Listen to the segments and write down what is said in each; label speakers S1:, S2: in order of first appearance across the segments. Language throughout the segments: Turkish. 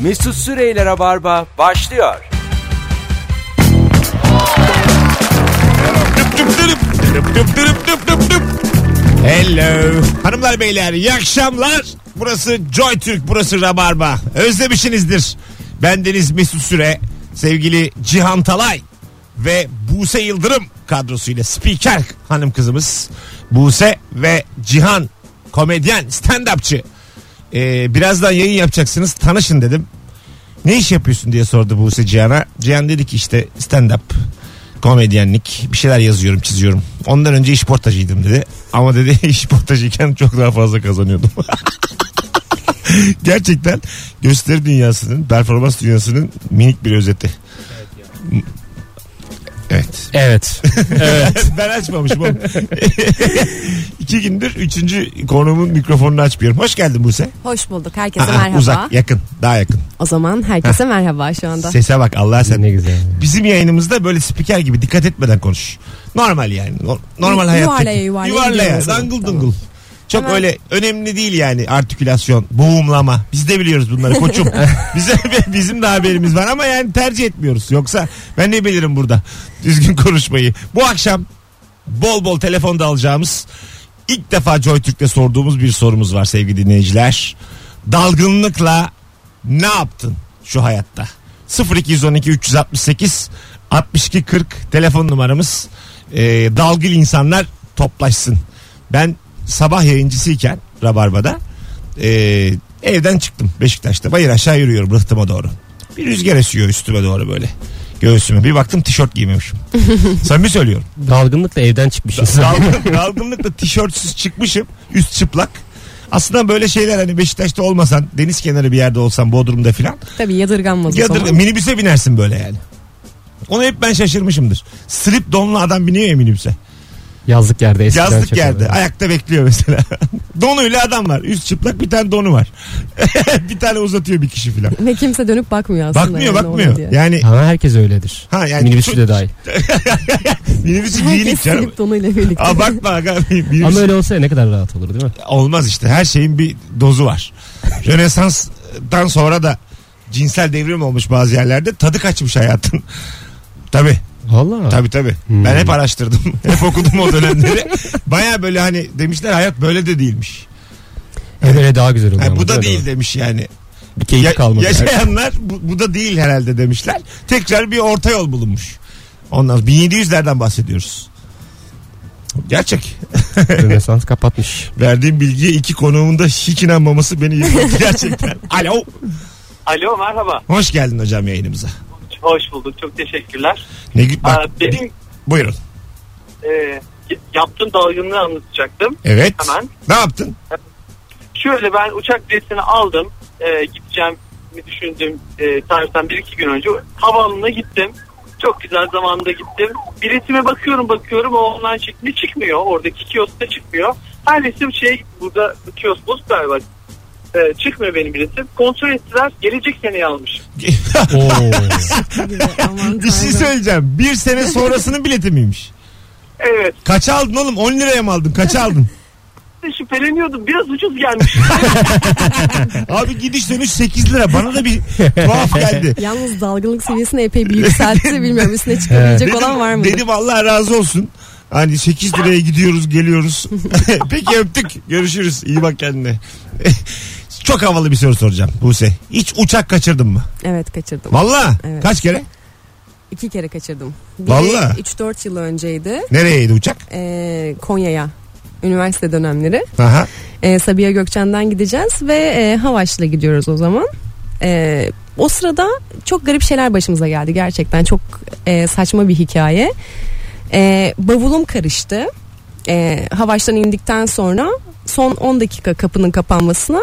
S1: Mesut Süreyler'e barba başlıyor.
S2: Düp düp dürüp, dürüp düp dürüp düp düp düp. Hello. Hanımlar beyler iyi akşamlar. Burası Joy Türk, burası Rabarba. Özlemişsinizdir. Bendeniz Mesut Süre, sevgili Cihan Talay ve Buse Yıldırım kadrosuyla spiker hanım kızımız Buse ve Cihan komedyen stand-upçı. Ee, birazdan yayın yapacaksınız tanışın dedim. Ne iş yapıyorsun diye sordu Buse Cihan'a. Cihan dedi ki işte stand-up, komedyenlik, bir şeyler yazıyorum, çiziyorum. Ondan önce iş portajıydım dedi. Ama dedi iş portajıyken çok daha fazla kazanıyordum. Gerçekten gösteri dünyasının, performans dünyasının minik bir özeti. Evet.
S3: Evet.
S2: ben açmamışım oğlum. İki gündür üçüncü konuğumun mikrofonunu açmıyorum. Hoş geldin Buse.
S4: Hoş bulduk. Herkese
S2: Aa,
S4: merhaba.
S2: Uzak, yakın, daha yakın.
S4: O zaman herkese merhaba şu anda.
S2: Sese bak Allah sen.
S3: ne güzel.
S2: Bizim yayınımızda böyle spiker gibi dikkat etmeden konuş. Normal yani. No- Normal
S4: Yu-
S2: hayatta.
S4: yuvarlaya yuvarlaya
S2: Yuvarlaya.
S4: gidiyoruz.
S2: Dangıl
S4: Tamam.
S2: dungul. Çok
S4: Hemen-
S2: öyle önemli değil yani artikülasyon, boğumlama. Biz de biliyoruz bunları koçum. Bize, bizim de haberimiz var ama yani tercih etmiyoruz. Yoksa ben ne bilirim burada düzgün konuşmayı. Bu akşam bol bol telefonda alacağımız ilk defa JoyTürk'te sorduğumuz bir sorumuz var sevgili dinleyiciler. Dalgınlıkla ne yaptın şu hayatta? 0212 368 62 40 telefon numaramız. Ee, dalgın insanlar toplaşsın. Ben sabah yayıncısıyken Rabarba'da e, evden çıktım Beşiktaş'ta. Bayır aşağı yürüyorum rıhtıma doğru. Bir rüzgar esiyor üstüme doğru böyle. Göğsüme. Bir baktım tişört giymemişim. Samimi söylüyorum.
S3: Dalgınlıkla evden çıkmışız.
S2: Dalgın, dalgınlıkla tişörtsüz çıkmışım. Üst çıplak. Aslında böyle şeyler hani Beşiktaş'ta olmasan deniz kenarı bir yerde olsan Bodrum'da filan
S4: Tabii yadırganmaz o
S2: yadır
S4: zaman.
S2: minibüse binersin böyle yani. Onu hep ben şaşırmışımdır. Slip donlu adam biniyor ya minibüse.
S3: Yazlık yerde eskiden
S2: Yazlık
S3: çok
S2: yerde.
S3: olurdu.
S2: Ayakta bekliyor mesela. Donuyla adam var. Üst çıplak bir tane donu var. bir tane uzatıyor bir kişi filan.
S4: Ve kimse dönüp bakmıyor aslında.
S2: Bakmıyor
S4: yani ne oluyor diye.
S2: bakmıyor. Yani
S3: Ama herkes öyledir.
S2: Ha,
S3: Ha,
S2: yani
S3: yani
S2: çok-
S3: Minibüsü de dahil.
S2: minibüsü giyinik
S4: Herkes
S2: canım.
S4: silip donuyla birlikte.
S2: Aa, bakma aga.
S3: Ama
S2: Minibüsü
S3: öyle olsa ne kadar rahat olur değil mi?
S2: olmaz işte. Her şeyin bir dozu var. Rönesans'tan sonra da cinsel devrim olmuş bazı yerlerde. Tadı kaçmış hayatın. Tabi
S3: Valla.
S2: tabi tabi.
S3: Hmm.
S2: Ben hep araştırdım. hep okudum o dönemleri. Baya böyle hani demişler hayat böyle de değilmiş.
S3: Evet, öyle daha güzel olur.
S2: Yani
S3: ama,
S2: bu da
S3: öyle
S2: değil
S3: olur.
S2: demiş yani.
S3: Bir keyif
S2: Ya-
S3: kalmadı.
S2: Yaşayanlar bu, bu da değil herhalde demişler. Tekrar bir orta yol bulunmuş. Ondan 1700'lerden bahsediyoruz. Gerçek.
S3: Rönesans kapatmış.
S2: Verdiğim bilgiye iki konuğumun da hiç inanmaması beni yıprattı gerçekten. Alo.
S5: Alo merhaba.
S2: Hoş geldin hocam yayınımıza.
S5: Hoş bulduk. Çok teşekkürler.
S2: Ne gü- bak,
S5: Aa, benim
S2: Buyurun.
S5: e, y- yaptığım dalgınlığı anlatacaktım.
S2: Evet.
S5: Hemen.
S2: Ne yaptın?
S5: Şöyle ben uçak biletini aldım. E, gideceğim mi düşündüm e, servisten bir iki gün önce. Havaalanına gittim. Çok güzel zamanda gittim. Biletime bakıyorum bakıyorum o online şekli çıkmıyor. Oradaki kioskta çıkmıyor. Her resim şey burada kiosk bozuk galiba. E, çıkmıyor benim biletim. Kontrol ettiler. Gelecek seneye almış.
S2: şey
S3: Oo.
S4: Bir de aman
S2: bir şey
S4: tanrım.
S2: söyleyeceğim. Bir sene sonrasının bileti miymiş?
S5: Evet.
S2: Kaça aldın oğlum? 10 liraya mı aldın? Kaça aldın?
S5: Şüpheleniyordum. Biraz ucuz gelmiş.
S2: Abi gidiş dönüş 8 lira. Bana da bir tuhaf geldi.
S4: Yalnız dalgınlık seviyesini epey bir yükseltti. Bilmiyorum üstüne çıkabilecek olan var mı?
S2: Dedim Allah razı olsun. Hani 8 liraya gidiyoruz geliyoruz. Peki öptük. Görüşürüz. İyi bak kendine. Çok havalı bir soru soracağım Buse. Hiç uçak kaçırdın mı?
S4: Evet kaçırdım.
S2: Valla.
S4: Evet.
S2: Kaç kere?
S4: İki kere kaçırdım.
S2: Vallahi.
S4: 3-4 yıl önceydi
S2: Nereyeydi uçak?
S4: Ee, Konya'ya. Üniversite dönemleri.
S2: Aha.
S4: Ee, Sabiha Gökçen'den gideceğiz ve e, Havaş'la gidiyoruz o zaman. Ee, o sırada çok garip şeyler başımıza geldi gerçekten çok e, saçma bir hikaye. Ee, bavulum karıştı. Ee, Havaş'tan indikten sonra son 10 dakika kapının kapanmasına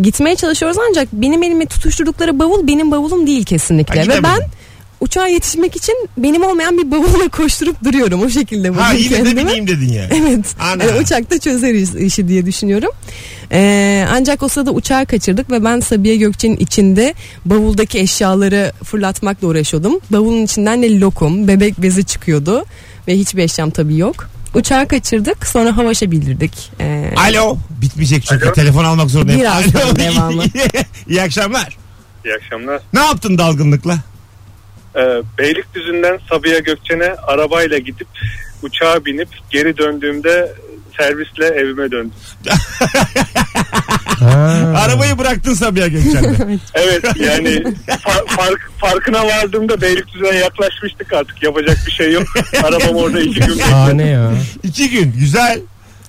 S4: gitmeye çalışıyoruz ancak benim elime tutuşturdukları bavul benim bavulum değil
S2: Ha,
S4: kesinlikle ve
S2: gidemedin.
S4: ben uçağa yetişmek için benim olmayan bir bavulla koşturup duruyorum o şekilde buldum
S2: Ha yine de
S4: kendimi.
S2: bineyim dedin yani.
S4: Evet.
S2: Ana.
S4: Yani uçakta çözeriz işi diye düşünüyorum. Ee, ancak o sırada uçağı kaçırdık ve ben Sabiha Gökçen'in içinde bavuldaki eşyaları fırlatmakla uğraşıyordum. Bavulun içinden de lokum, bebek bezi çıkıyordu ve hiçbir eşyam tabii yok. Uçağı kaçırdık sonra Havaş'a bildirdik. Ee,
S2: Alo. Bitmeyecek çünkü telefon almak zorundayım.
S4: Birazdan
S2: Alo.
S4: devamı.
S2: İyi akşamlar.
S6: İyi akşamlar.
S2: Ne yaptın dalgınlıkla?
S6: Ee, Beylikdüzü'nden Sabiha Gökçen'e arabayla gidip uçağa binip geri döndüğümde servisle evime döndüm.
S3: Ha.
S2: Arabayı bıraktın Sabiha Gökçen'de.
S6: Evet yani fa- fark, farkına vardığımda Beylikdüzü'ne yaklaşmıştık artık yapacak bir şey yok. Arabam orada iki gün bekledi.
S3: Şahane ya.
S2: İki gün. Güzel.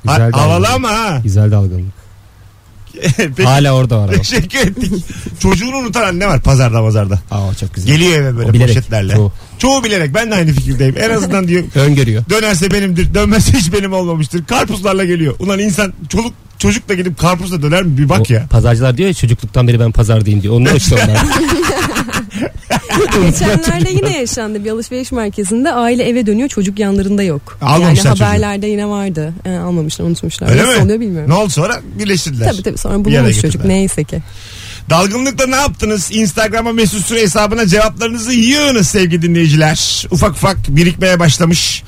S3: Güzel
S2: Güzel
S3: dalgınlık.
S2: Havalı ama ha.
S3: Güzel dalgınlık.
S2: Peki,
S3: Hala orada var araba.
S2: teşekkür ettik. Çocuğunu unutan anne var pazarda mazarda.
S3: Aa çok güzel.
S2: Geliyor eve
S3: O
S2: böyle
S3: bilerek.
S2: poşetlerle. Çoğu.
S3: Çoğu.
S2: bilerek. Ben de aynı fikirdeyim. En azından diyor
S3: Öngörüyor.
S2: dönerse benimdir. Dönmezse hiç benim olmamıştır. Karpuzlarla geliyor. Ulan insan çoluk çocukla gidip karpuzla döner mi? Bir bak
S3: O
S2: ya.
S3: Pazarcılar diyor ya çocukluktan beri ben pazardayım diyor. Onlar işte onlar.
S4: Geçenlerde yine yaşandı bir alışveriş merkezinde aile eve dönüyor çocuk yanlarında yok.
S2: Almamışlar
S4: yani
S2: çocuğu.
S4: haberlerde yine vardı. E, almamışlar unutmuşlar.
S2: Öyle
S4: Nasıl
S2: mi?
S4: oluyor bilmiyorum.
S2: Ne oldu sonra? Birleştirdiler.
S4: Tabii tabii sonra
S2: Bir yere
S4: bulunmuş çocuk
S2: götürdüler.
S4: neyse ki.
S2: Dalgınlıkta ne yaptınız? Instagram'a mesut süre hesabına cevaplarınızı yığınız sevgili dinleyiciler. Ufak ufak birikmeye başlamış.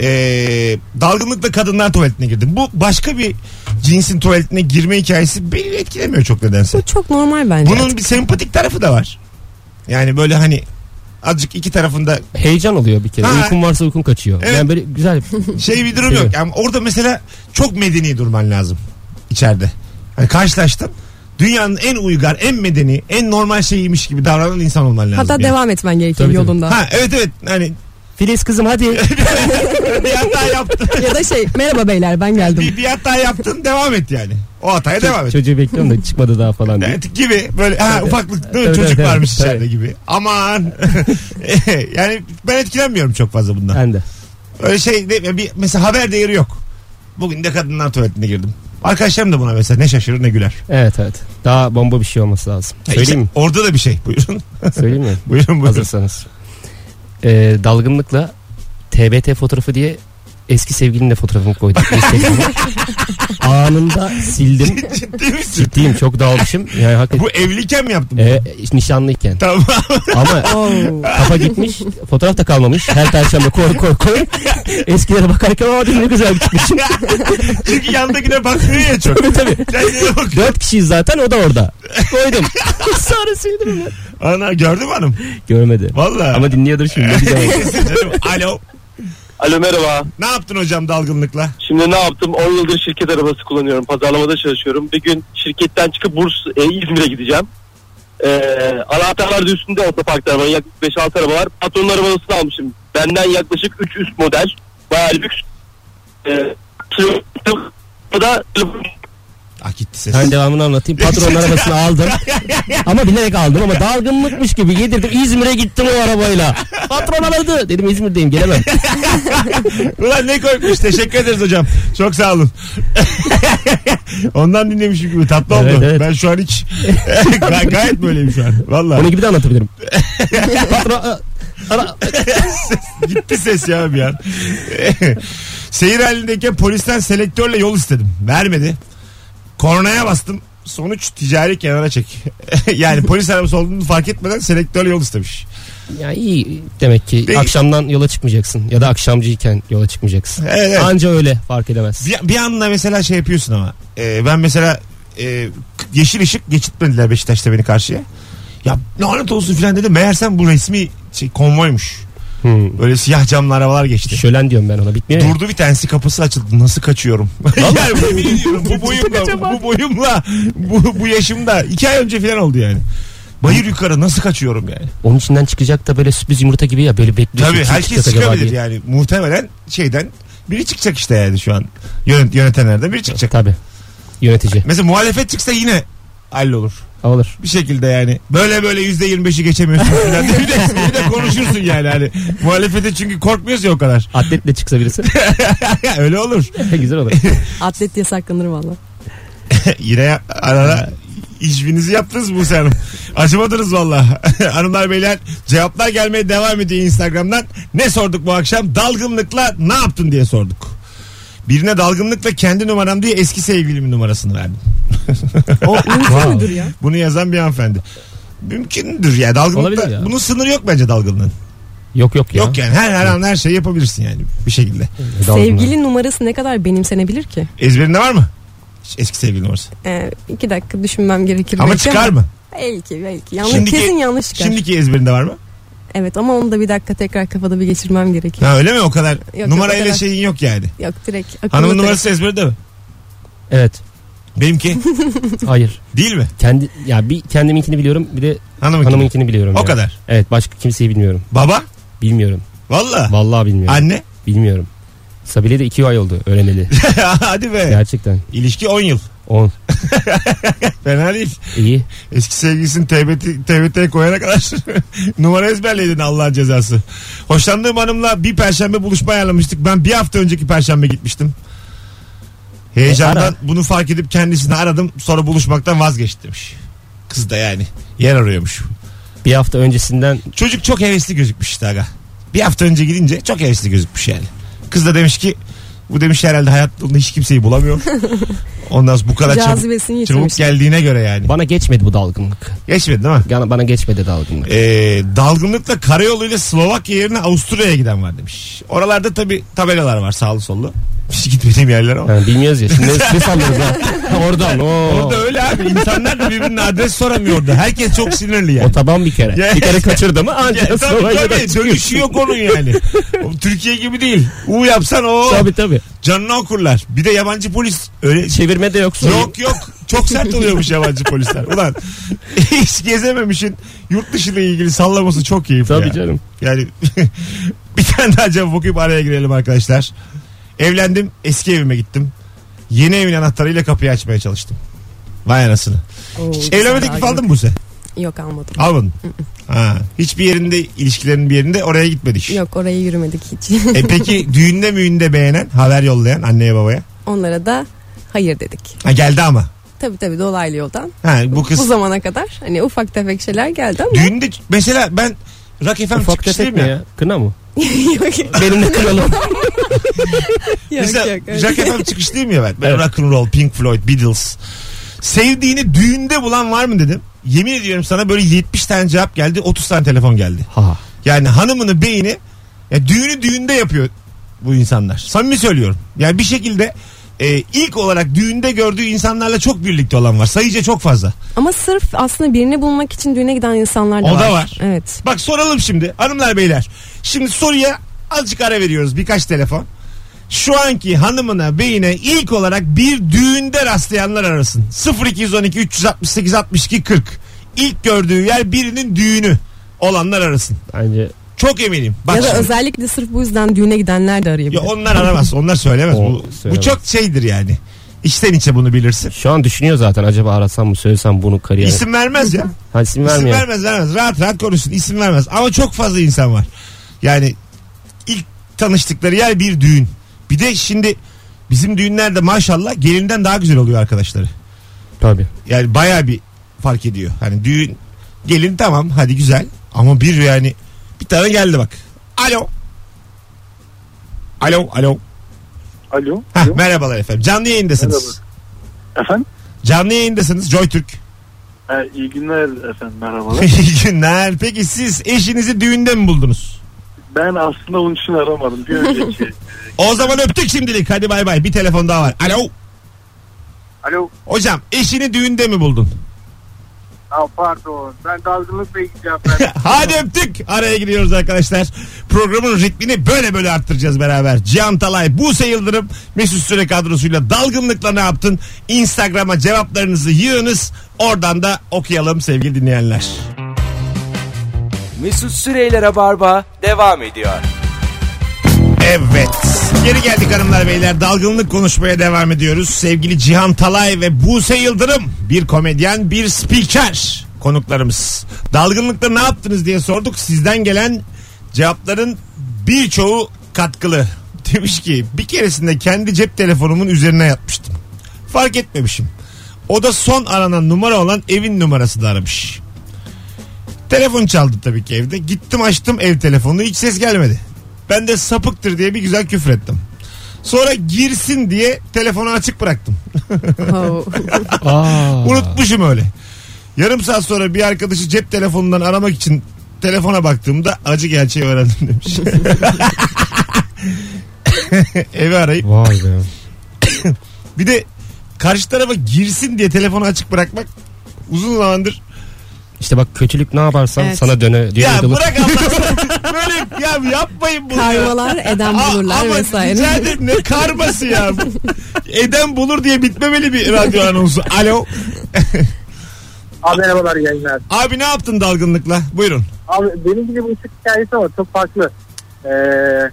S2: Ee, dalgınlıkla kadınlar tuvaletine girdim. Bu başka bir cinsin tuvaletine girme hikayesi beni etkilemiyor çok nedense.
S4: Bu çok normal bence.
S2: Bunun bir sempatik tarafı da var. Yani böyle hani azıcık iki tarafında
S3: Heyecan oluyor bir kere.
S2: Ha.
S3: Uykun varsa uykun kaçıyor.
S2: Evet.
S3: Yani böyle güzel.
S2: şey bir durum yok. Yani orada mesela çok medeni durman lazım içeride. Hani karşılaştım. Dünyanın en uygar, en medeni, en normal şeyiymiş gibi davranan insan olman lazım.
S4: Hatta
S2: yani.
S4: devam etmen gerekiyor
S3: Tabii, tabii.
S4: yolunda.
S2: Ha evet evet hani
S3: Filiz kızım hadi.
S2: bir hata yaptın.
S4: Ya da şey merhaba beyler ben geldim.
S2: bir, bir hata yaptın devam et yani. O hataya devam et.
S3: Çocuğu bekliyorum da çıkmadı daha falan diye.
S2: Evet, gibi böyle ha, ufaklık değil mi?
S3: Evet,
S2: çocuk
S3: evet,
S2: varmış
S3: evet.
S2: içeride gibi. Aman. yani ben etkilenmiyorum çok fazla bundan.
S3: Ben de.
S2: Öyle şey de, bir, mesela haber değeri yok. Bugün de kadınlar tuvaletine girdim. Arkadaşlarım da buna mesela ne şaşırır ne güler.
S3: Evet evet. Daha bomba bir şey olması lazım.
S2: Ya
S3: Söyleyeyim mi?
S2: işte Orada da bir şey. Buyurun.
S3: Söyleyeyim mi?
S2: buyurun buyurun.
S3: Hazırsanız. Ee, dalgınlıkla TBT fotoğrafı diye eski sevgilinle fotoğrafımı koydum. Instagram'a. Anında sildim.
S2: Ciddi misin?
S3: Ciddiyim çok dalmışım. Yani hakikaten.
S2: Bu evliyken mi yaptın? bunu?
S3: Ee, nişanlıyken.
S2: Tamam.
S3: Ama
S4: Oo.
S3: kafa gitmiş. Fotoğraf da kalmamış. Her perşembe koy koy koy. Eskilere bakarken ama ne güzel gitmişim.
S2: Çünkü yandakine bakmıyor ya çok.
S3: tabii tabii.
S2: Kendine bak.
S3: Dört kişiyiz zaten o da orada. Koydum. Sonra sildim ben.
S2: Ana gördün mü hanım?
S3: Görmedi.
S2: Valla.
S3: Ama dinliyordur şimdi. Bir de-
S2: Alo.
S5: Alo merhaba.
S2: Ne yaptın hocam dalgınlıkla?
S5: Şimdi ne yaptım? 10 yıldır şirket arabası kullanıyorum. Pazarlamada çalışıyorum. Bir gün şirketten çıkıp Burs e, İzmir'e gideceğim. E, anahtarlar da üstünde otoparkta arabanın yaklaşık 5-6 araba var. Patronun arabasını almışım. Benden yaklaşık 3 üst model. Bayağı lüks. E, da
S2: Ah gitti ses.
S3: Ben devamını anlatayım. Patronun arabasını aldım. Ama bilerek aldım ama dalgınlıkmış gibi yedirdim. İzmir'e gittim o arabayla. Patron aradı. Dedim İzmir'deyim gelemem.
S2: Ulan ne koymuş teşekkür ederiz hocam. Çok sağ olun. Ondan dinlemişim gibi tatlı
S3: Evet,
S2: oldu.
S3: evet.
S2: Ben şu an hiç Gay- gayet böyleyim şu an. Valla
S3: Onun gibi de anlatabilirim. Patron a- ara,
S2: gitti ses ya bir an. Seyir halindeyken polisten selektörle yol istedim. Vermedi. Kornaya bastım. Sonuç ticari kenara çek. yani polis arabası olduğunu fark etmeden selektörle yol istemiş.
S3: ya iyi demek ki
S2: Değil.
S3: akşamdan yola çıkmayacaksın ya da akşamcıyken yola çıkmayacaksın.
S2: Evet, evet.
S3: Anca öyle fark edemez.
S2: Bir, bir anda mesela şey yapıyorsun ama. Ee, ben mesela e, yeşil ışık geçitmediler Beşiktaş'ta beni karşıya. Ya lanet olsun filan dedim. Meğersem bu resmi şey, konvoymuş.
S3: Hmm.
S2: Böyle siyah camlı arabalar geçti.
S3: Şölen diyorum ben ona bitmiyor. ya.
S2: Durdu bir tanesi kapısı açıldı. Nasıl kaçıyorum? yani bu, yemin ediyorum, bu boyumla, bu boyumla, bu, bu yaşımda. iki ay önce filan oldu yani. Bayır yukarı nasıl kaçıyorum yani?
S3: Onun içinden çıkacak da böyle sürpriz yumurta gibi ya böyle bekliyorsun.
S2: Tabii
S3: kim
S2: herkes
S3: çıkacak acaba
S2: çıkabilir
S3: diye.
S2: yani. Muhtemelen şeyden biri çıkacak işte yani şu an. Yönet, yönetenlerden biri çıkacak.
S3: Tabii. Yönetici.
S2: Mesela muhalefet çıksa yine hallolur.
S3: Olur.
S2: Bir şekilde yani. Böyle böyle yüzde yirmi beşi geçemiyorsun. falan diye bir, de, bir de konuşursun yani. Hani, muhalefete çünkü korkmuyoruz ya o kadar.
S3: Atletle çıksa birisi
S2: Öyle olur.
S3: güzel olur.
S4: Atlet diye saklanır valla.
S2: Yine ya- ara ara işbirinizi yaptınız bu Hanım. Acımadınız valla. Hanımlar beyler cevaplar gelmeye devam ediyor Instagram'dan. Ne sorduk bu akşam? Dalgınlıkla ne yaptın diye sorduk. Birine dalgınlıkla kendi numaram diye eski sevgilimin numarasını verdim.
S4: O mümkün müdür ya?
S2: Bunu yazan bir hanımefendi. Mümkündür ya dalgınlıkta.
S3: Olabilir ya.
S2: Bunun sınırı yok bence dalgınlığın.
S3: Yok yok ya.
S2: Yok yani her her an her şeyi yapabilirsin yani bir şekilde.
S3: Dalgınlar.
S4: Sevgili numarası ne kadar benimsenebilir ki?
S2: Ezberinde var mı? Eski sevgili numarası.
S4: Ee, iki dakika düşünmem gerekir.
S2: Ama
S4: belki
S2: çıkar mı?
S4: Belki belki. Yanlış,
S2: Şimdiki-
S4: kesin yanlış çıkar.
S2: Şimdiki ezberinde var mı?
S4: Evet ama onu da bir dakika tekrar kafada bir geçirmem gerekiyor.
S2: Ha, öyle mi o kadar?
S4: yok,
S2: numarayla
S4: o kadar.
S2: şeyin yok yani.
S4: Yok direkt akıllı
S2: Hanımın
S4: direkt.
S2: numarası ezberinde mi?
S3: Evet.
S2: Benimki
S3: Hayır.
S2: değil mi?
S3: Kendi ya bir kendiminkini biliyorum bir de
S2: Hanımınki.
S3: hanımınkini biliyorum.
S2: O
S3: ya.
S2: kadar.
S3: Evet başka kimseyi bilmiyorum.
S2: Baba?
S3: Bilmiyorum.
S2: Valla.
S3: Vallahi bilmiyorum.
S2: Anne?
S3: Bilmiyorum. Sabile de iki ay oldu öğreneli.
S2: Hadi be.
S3: Gerçekten.
S2: İlişki 10 yıl.
S3: 10.
S2: Fena değil.
S3: İyi.
S2: Eski sevgilisini TBT, TBT'ye koyana kadar numara ezberledin Allah'ın cezası. Hoşlandığım hanımla bir perşembe buluşma ayarlamıştık. Ben bir hafta önceki perşembe gitmiştim. Heyecandan
S3: E, ara.
S2: bunu fark edip kendisini aradım. Sonra buluşmaktan vazgeçti demiş. Kız da yani yer arıyormuş.
S3: Bir hafta öncesinden
S2: Çocuk çok hevesli gözükmüş işte aga. Bir hafta önce gidince çok hevesli gözükmüş yani. Kız da demiş ki bu demiş herhalde hayatında hiç kimseyi bulamıyor. Ondan sonra bu kadar çabuk,
S4: Cazibesini
S2: çabuk
S4: yitirmiş.
S2: geldiğine göre yani.
S3: bana geçmedi bu dalgınlık.
S2: Geçmedi değil mi?
S3: Bana, bana geçmedi dalgınlık.
S2: Ee, dalgınlıkla karayoluyla Slovakya yerine Avusturya'ya giden var demiş. Oralarda tabi tabelalar var sağlı sollu. Hiç gitmediğim yerler ama.
S3: Ha, bilmiyoruz ya. Şimdi ne sanıyoruz ha? Ha, Oradan. Oo.
S2: Orada öyle abi. İnsanlar da birbirine adres soramıyordu. Herkes çok sinirli yani.
S3: O taban bir kere.
S2: Ya-
S3: bir kere kaçırdı mı
S2: Ya,
S3: ancak
S2: tabii
S3: sonra
S2: tabii.
S3: yine
S2: dönüşü yok onun yani. O Türkiye gibi değil. U yapsan o
S3: Tabii tabii.
S2: canına okurlar. Bir de yabancı polis öyle
S3: Çevirme de yok. sorun.
S2: Yok yok. Çok sert oluyormuş yabancı polisler. Ulan hiç gezememişin yurt dışı ile ilgili sallaması çok keyifli.
S3: Tabii
S2: ya.
S3: canım.
S2: Yani bir tane daha cevap okuyup araya girelim arkadaşlar. Evlendim eski evime gittim. Yeni evin anahtarıyla kapıyı açmaya çalıştım. Vay anasını.
S4: Oo, güzel
S2: Evlenme
S4: abi.
S2: teklifi aldın mı bu sen?
S4: Yok almadım.
S2: Almadın. Ha, hiçbir yerinde ilişkilerin bir yerinde oraya gitmedik.
S4: Yok oraya yürümedik hiç.
S2: E peki düğünde müğünde beğenen haber yollayan anneye babaya.
S4: Onlara da hayır dedik.
S2: Ha, geldi ama.
S4: Tabii tabii dolaylı yoldan.
S2: Ha, bu kız
S4: Bu zamana kadar hani ufak tefek şeyler geldi ama
S2: düğünde mesela ben Rock FM
S3: Ufak
S2: çıkışlıyım
S3: tefek mi
S2: ya.
S3: ya? Kına mı?
S4: yok yok.
S3: Benim de kınalım.
S2: Mesela
S4: yok, öyle.
S2: Jack FM çıkışlıyım ya ben. Ben
S3: Evet.
S2: rock'n'roll, Pink Floyd, Beatles. Sevdiğini düğünde bulan var mı dedim. Yemin ediyorum sana böyle 70 tane cevap geldi 30 tane telefon geldi.
S3: Ha.
S2: Yani hanımını beyni ya düğünü düğünde yapıyor bu insanlar. Samimi söylüyorum. Yani bir şekilde e, ilk olarak düğünde gördüğü insanlarla çok birlikte olan var. Sayıca çok fazla.
S4: Ama sırf aslında birini bulmak için düğüne giden insanlar da
S2: O
S4: var.
S2: da var.
S4: Evet.
S2: Bak soralım şimdi hanımlar beyler. Şimdi soruya azıcık ara veriyoruz birkaç telefon. Şu anki hanımına beyine ilk olarak bir düğünde rastlayanlar arasın. 0212 368 62 40. İlk gördüğü yer birinin düğünü olanlar arasın.
S3: Bence
S2: Çok eminim. Bak
S4: ya da
S2: şimdi.
S4: özellikle sırf bu yüzden düğüne gidenler de
S2: Ya
S4: arayabilir.
S2: onlar aramaz. Onlar söylemez.
S3: O
S2: bu, bu
S3: söylemez.
S2: çok şeydir yani. İçten içe bunu bilirsin.
S3: şu an düşünüyor zaten. Acaba arasam mı söylesem bunu kariyer.
S2: İsim vermez ya.
S3: ha, isim
S2: İsim
S3: vermiyor.
S2: vermez vermez. Rahat rahat konuşsun. İsim vermez. Ama çok fazla insan var. Yani ilk tanıştıkları yer bir düğün. Bir de şimdi bizim düğünlerde maşallah gelinden daha güzel oluyor arkadaşları.
S3: Tabii.
S2: Yani baya bir fark ediyor. Hani düğün gelin tamam hadi güzel ama bir yani bir tane geldi bak. Alo. Alo alo.
S6: Alo.
S2: Heh,
S6: Alo.
S2: merhabalar efendim. Canlı yayındasınız.
S6: Merhaba. Efendim?
S2: Canlı yayındasınız JoyTürk.
S6: Ha, iyi günler efendim merhabalar.
S2: İyi günler. Peki siz eşinizi düğünde mi buldunuz?
S6: ben aslında onun için aramadım. Bir önceki.
S2: O zaman öptük şimdilik. Hadi bay bay. Bir telefon daha var. Alo.
S7: Alo.
S2: Hocam eşini düğünde mi buldun?
S7: Aa, pardon. Ben dalgınlıkla gideceğim. Ben.
S2: Hadi öptük. Araya giriyoruz arkadaşlar. Programın ritmini böyle böyle arttıracağız beraber. Cihan Talay, Buse Yıldırım, Mesut Süre kadrosuyla dalgınlıkla ne yaptın? Instagram'a cevaplarınızı yığınız. Oradan da okuyalım sevgili dinleyenler.
S1: Mesut Süreyler'e barba devam ediyor.
S2: Evet. Geri geldik hanımlar beyler. Dalgınlık konuşmaya devam ediyoruz. Sevgili Cihan Talay ve Buse Yıldırım. Bir komedyen, bir spiker konuklarımız. Dalgınlıkta ne yaptınız diye sorduk. Sizden gelen cevapların birçoğu katkılı. Demiş ki bir keresinde kendi cep telefonumun üzerine yatmıştım. Fark etmemişim. O da son aranan numara olan evin numarası da aramış. Telefon çaldı tabii ki evde. Gittim açtım ev telefonunu hiç ses gelmedi. Ben de sapıktır diye bir güzel küfür ettim. Sonra girsin diye telefonu açık bıraktım.
S4: Oo.
S3: Aa.
S2: Unutmuşum öyle. Yarım saat sonra bir arkadaşı cep telefonundan aramak için telefona baktığımda acı gerçeği öğrendim demiş. Evi arayıp
S3: Vay be.
S2: bir de karşı tarafa girsin diye telefonu açık bırakmak uzun zamandır
S3: İşte bak kötülük ne yaparsan
S4: Evet.
S3: sana döne diye
S2: Ya
S3: ayrılır.
S2: bırak Allah Böyle ya yapmayın bunu. ya.
S4: Karmalar eden
S2: Aa,
S4: bulurlar
S2: ama
S4: vesaire.
S2: rica ederim, ne karması ya. Eden bulur diye bitmemeli bir radyo anonsu. Alo.
S7: Abi merhabalar iyi yayınlar.
S2: Abi ne yaptın dalgınlıkla? Buyurun.
S7: Abi benim gibi bu ışık hikayesi ama çok farklı. Ee,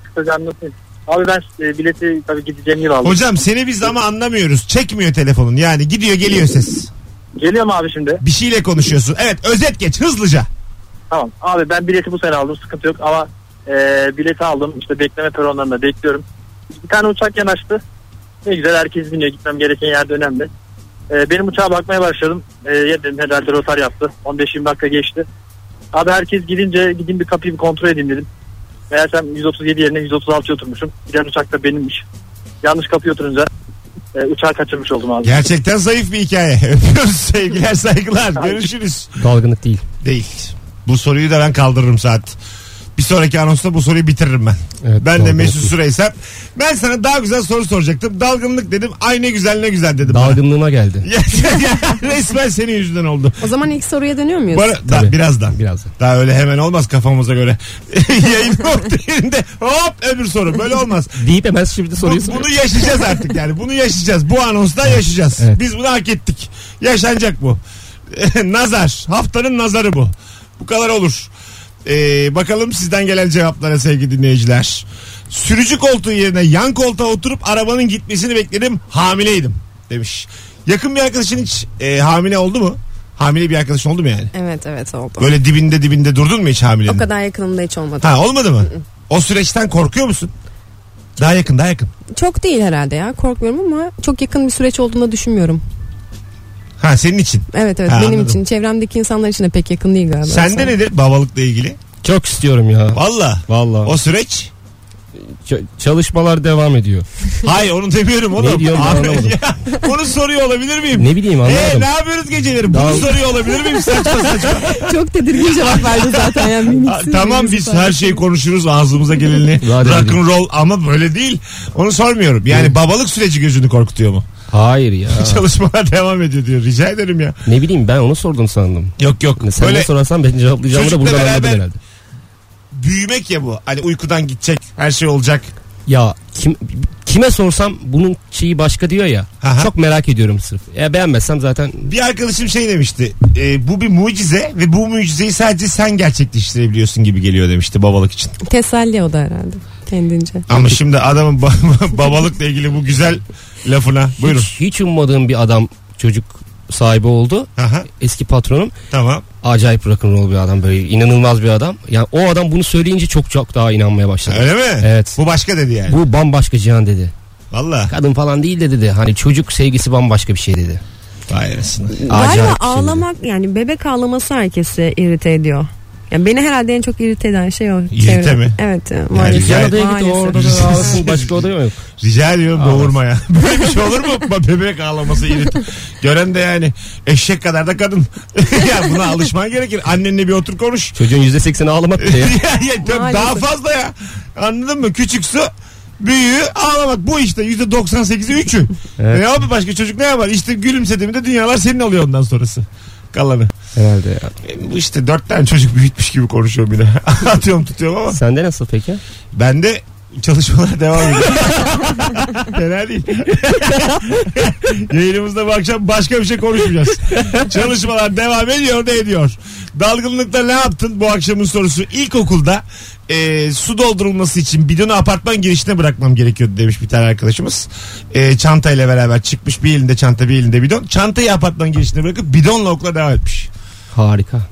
S7: kısaca anlatayım. Abi ben e, bileti tabii gideceğim yıl aldım.
S2: Hocam seni biz ama anlamıyoruz. Çekmiyor telefonun. Yani gidiyor geliyor ses.
S7: Geliyor mu abi şimdi?
S2: Bir şeyle konuşuyorsun. Evet özet geç hızlıca.
S7: Tamam. Abi ben bileti bu sene aldım sıkıntı yok ama e, bileti aldım işte bekleme peronlarında bekliyorum. Bir tane uçak yanaştı. Ne güzel herkes biniyor gitmem gereken yerde önemli. E, benim uçağa bakmaya başladım. E, ya dedim herhalde rotar yaptı. 15-20 dakika geçti. Abi herkes gidince gideyim bir kapıyı bir kontrol edeyim dedim. Meğersem 137 yerine 136 oturmuşum. Giden uçak da benimmiş. Yanlış kapıya oturunca e, uçağı kaçırmış oldum abi.
S2: Gerçekten zayıf bir hikaye. Öpüyoruz sevgiler saygılar. Görüşürüz.
S3: Dalgınlık değil.
S2: Değil. Bu soruyu da ben kaldırırım saat. Bir sonraki anonsta bu soruyu bitiririm ben.
S3: Evet,
S2: ben de
S3: dalgınlık
S2: Mesut
S3: değil.
S2: Süreysem. Ben sana daha güzel soru soracaktım. Dalgınlık dedim. Ay ne güzel ne güzel dedim. bana.
S3: Dalgınlığıma geldi.
S2: Ya, ya, Resmen senin yüzünden oldu.
S4: O zaman ilk soruya dönüyor muyuz?
S2: Bana, da,
S3: Tabii.
S2: birazdan.
S3: Birazdan.
S2: Daha öyle hemen olmaz kafamıza göre. Yayın noktalarında hop öbür soru. Böyle olmaz.
S3: Deyip hemen şimdi
S2: Bu-
S3: soruyu soruyor.
S2: bunu yaşayacağız artık yani. Bunu yaşayacağız. Bu anonsla yaşayacağız.
S3: Evet.
S2: Biz bunu hak ettik. Yaşanacak bu. Nazar. Haftanın nazarı bu. Bu kadar olur. Ee, bakalım sizden gelen cevaplara sevgili dinleyiciler. Sürücü koltuğu yerine yan koltuğa oturup arabanın gitmesini bekledim. Hamileydim demiş. Yakın bir arkadaşın hiç e, hamile oldu mu? Hamile bir arkadaşın oldu mu yani?
S4: Evet evet oldu.
S2: Böyle dibinde dibinde durdun mu hiç hamilenin?
S4: O kadar yakınımda hiç olmadı.
S2: Ha olmadı mı? O süreçten korkuyor musun? Daha yakın daha yakın.
S4: Çok değil herhalde ya korkmuyorum ama çok yakın bir süreç olduğunu düşünmüyorum.
S2: Ha senin için.
S4: Evet evet
S2: Ha,
S4: benim
S2: anladım.
S4: için çevremdeki insanlar için de pek yakın değil galiba.
S2: Sende
S4: Sen-
S2: nedir babalıkla ilgili?
S3: Çok istiyorum ya.
S2: Valla.
S3: Vallahi.
S2: O süreç?
S3: Ç- çalışmalar devam ediyor.
S2: Hayır onu demiyorum oğlum.
S3: Ne diyorum ben
S2: Abi,
S3: anlamadım.
S2: ya, bunu soruyor olabilir miyim?
S3: Ne bileyim
S2: Ee,
S3: anlamadım.
S2: ne yapıyoruz geceleri?
S3: Daha-
S2: Bunu soruyor olabilir miyim? Saçma saçma.
S4: Çok tedirgin cevap verdi zaten. Yani bir
S2: Aa,
S4: mixin
S2: tamam
S4: birisi
S2: biz
S4: falan.
S2: her şeyi konuşuruz ağzımıza geleni.
S3: Zaten
S2: Rock and roll ama böyle değil. Onu sormuyorum. Yani babalık süreci gözünü korkutuyor mu?
S3: Hayır ya.
S2: Çalışmalar devam ediyor diyor. Rica ederim ya.
S3: ne bileyim ben onu sordum sandım. Hani
S2: Yok yok.
S3: Sen
S2: Böyle
S3: ne sorarsan ben cevaplayacağımı da
S2: Çocukla
S3: buradan
S2: beraber-
S3: anladın herhalde.
S2: büyümek ya bu. Hani uykudan gidecek her şey olacak.
S3: Ya kim, kime sorsam bunun şeyi başka diyor ya.
S2: Aha.
S3: Çok merak ediyorum sırf. Ya beğenmezsem zaten
S2: Bir arkadaşım şey demişti. e, bu bir mucize ve bu mucizeyi sadece sen gerçekleştirebiliyorsun gibi geliyor demişti babalık için.
S4: Teselli o da herhalde kendince.
S2: Ama şimdi adamın ba- babalıkla ilgili bu güzel lafına buyurun.
S3: hiç, hiç ummadığım bir adam çocuk sahibi oldu.
S2: Aha,
S3: Eski patronum
S2: tamam.
S3: acayip rock'n'roll bir adam böyle inanılmaz bir adam. Yani o adam bunu söyleyince çok çok daha inanmaya başladı.
S2: Öyle mi?
S3: Evet.
S2: Bu başka dedi yani.
S3: Bu bambaşka cihan dedi.
S2: Valla.
S3: Kadın falan değil de dedi. Hani çocuk sevgisi bambaşka bir şey dedi.
S2: Vay arasına.
S3: Acayip
S4: Galiba
S3: bir şey dedi.
S4: ağlamak yani bebek ağlaması herkesi irite ediyor. Yani beni herhalde en çok irite eden şey o.
S2: İrite
S4: Çevre.
S2: mi?
S4: Evet e,
S2: Yani
S4: maalesef.
S3: Yan odaya Hani git o
S4: maalesef.
S3: orada da ağlasın başka odaya mı?
S2: Rica ediyorum
S3: Ağlasın.
S2: doğurma ya. Böyle bir şey olur mu? Ba- Bebek ağlaması irit. Gören de yani eşek kadar da kadın. ya buna alışman gerekir. Annenle bir otur konuş.
S3: Çocuğun yüzde sekseni ağlamak diye.
S2: ya, ya, tabii daha
S4: Maalesef.
S2: fazla ya. Anladın mı? Küçüksü büyüğü ağlamak. Bu işte yüzde 98'i 3'ü.
S3: Evet.
S2: Ne yapıyor başka çocuk ne yapar? İşte gülümsediğimde dünyalar senin oluyor ondan sonrası. Kalanı.
S3: Herhalde ya.
S2: E, Bu işte dört tane çocuk büyütmüş gibi konuşuyorum yine. Atıyorum tutuyorum ama.
S3: Sende nasıl peki?
S2: Ben de çalışmalar devam ediyor. Fena değil. Yayınımızda bu akşam başka bir şey konuşmayacağız. Çalışmalar devam ediyor da ediyor. Dalgınlıkta ne yaptın bu akşamın sorusu? İlkokulda e, su doldurulması için bidonu apartman girişine bırakmam gerekiyordu demiş bir tane arkadaşımız. E, çantayla beraber çıkmış bir elinde çanta bir elinde bidon. Çantayı apartman girişine bırakıp bidonla okula devam etmiş.
S3: Harika.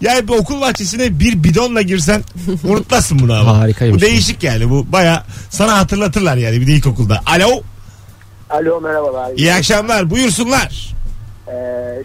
S2: Yani bir okul bahçesine bir bidonla girsen unutmazsın bunu ama. Bu
S3: Harikaymış.
S2: değişik yani bu baya sana hatırlatırlar yani bir de ilkokulda. Alo
S7: Alo merhabalar.
S2: iyi akşamlar buyursunlar.
S7: Ee,